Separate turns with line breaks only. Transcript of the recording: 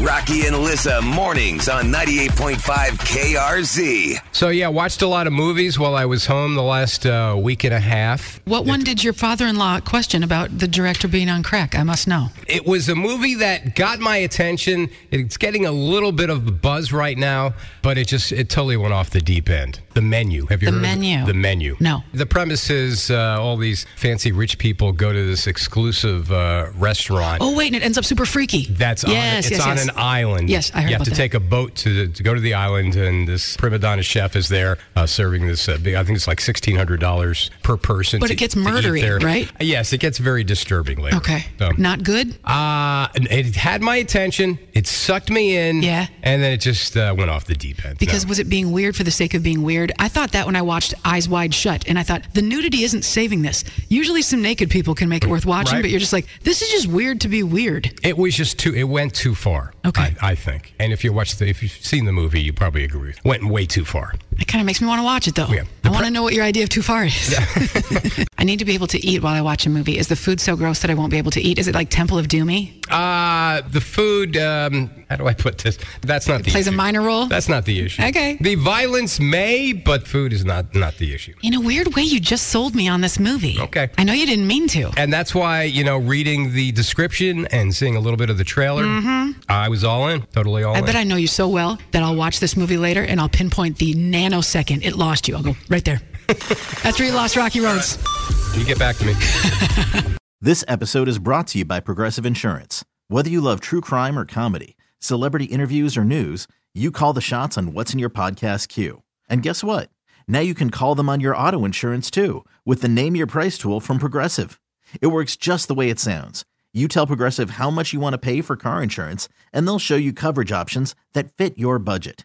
Rocky and Alyssa mornings on 98.5 KRZ.
So yeah, watched a lot of movies while I was home the last uh, week and a half.
What one did your father-in-law question about the director being on crack? I must know.
It was a movie that got my attention. It's getting a little bit of buzz right now, but it just it totally went off the deep end. The menu. Have you
The
heard of it?
Menu.
The menu.
No.
The premise is uh, all these fancy rich people go to this exclusive uh, restaurant.
Oh wait, and it ends up super freaky.
That's on,
yes,
it's
yes,
on
yes.
an island.
Yes, I heard
You have
about
to
that.
take a boat to, to go to the island, and this prima donna chef is there uh, serving this. Uh, big- I think it's like sixteen hundred dollars per person.
But
to-
it gets
to eat
murdery,
there. Uh,
right?
Yes, it gets very disturbing later.
Okay,
So,
not good.
uh, it had my attention. It sucked me in.
Yeah.
and then it just uh, went off the deep end.
Because
No.
was it being weird for the sake of being weird? I thought that when I watched Eyes Wide Shut, and I thought the nudity isn't saving this. Usually, some naked people can make it worth watching,
Right.
but you're just like, this is just weird to be weird.
it was just too. It went too far.
Okay.
I, I think. And if you watch the, if you've seen the movie, you probably agree. with Went way too far.
It kind of makes me want to watch it though.
Yeah.
I want to know what your idea of too far is. I need to be able to eat while I watch a movie. Is the food so gross that I won't be able to eat? Is it like Temple of Doomy?
Uh, the food. Um, how do I put this? That's not the
plays a
issue.
minor role?
That's not the issue.
Okay.
The violence may, but food is not not the issue.
In a weird way, you just sold me on this movie.
Okay.
I know you didn't mean to.
And that's why you know reading the description and seeing a little bit of the trailer, I was all in, totally all
Mm-hmm. I
in.
bet I know you so well that I'll watch this movie later and I'll pinpoint the nanosecond it lost you. I'll go right there. That's where you lost Rocky Roads.
you get back to me.
This episode is brought to you by Progressive Insurance. Whether you love true crime or comedy, celebrity interviews or news, you call the shots on what's in your podcast queue. And guess what? Now you can call them on your auto insurance too with the Name Your Price tool from Progressive. It works just the way it sounds. You tell Progressive how much you want to pay for car insurance, and they'll show you coverage options that fit your budget.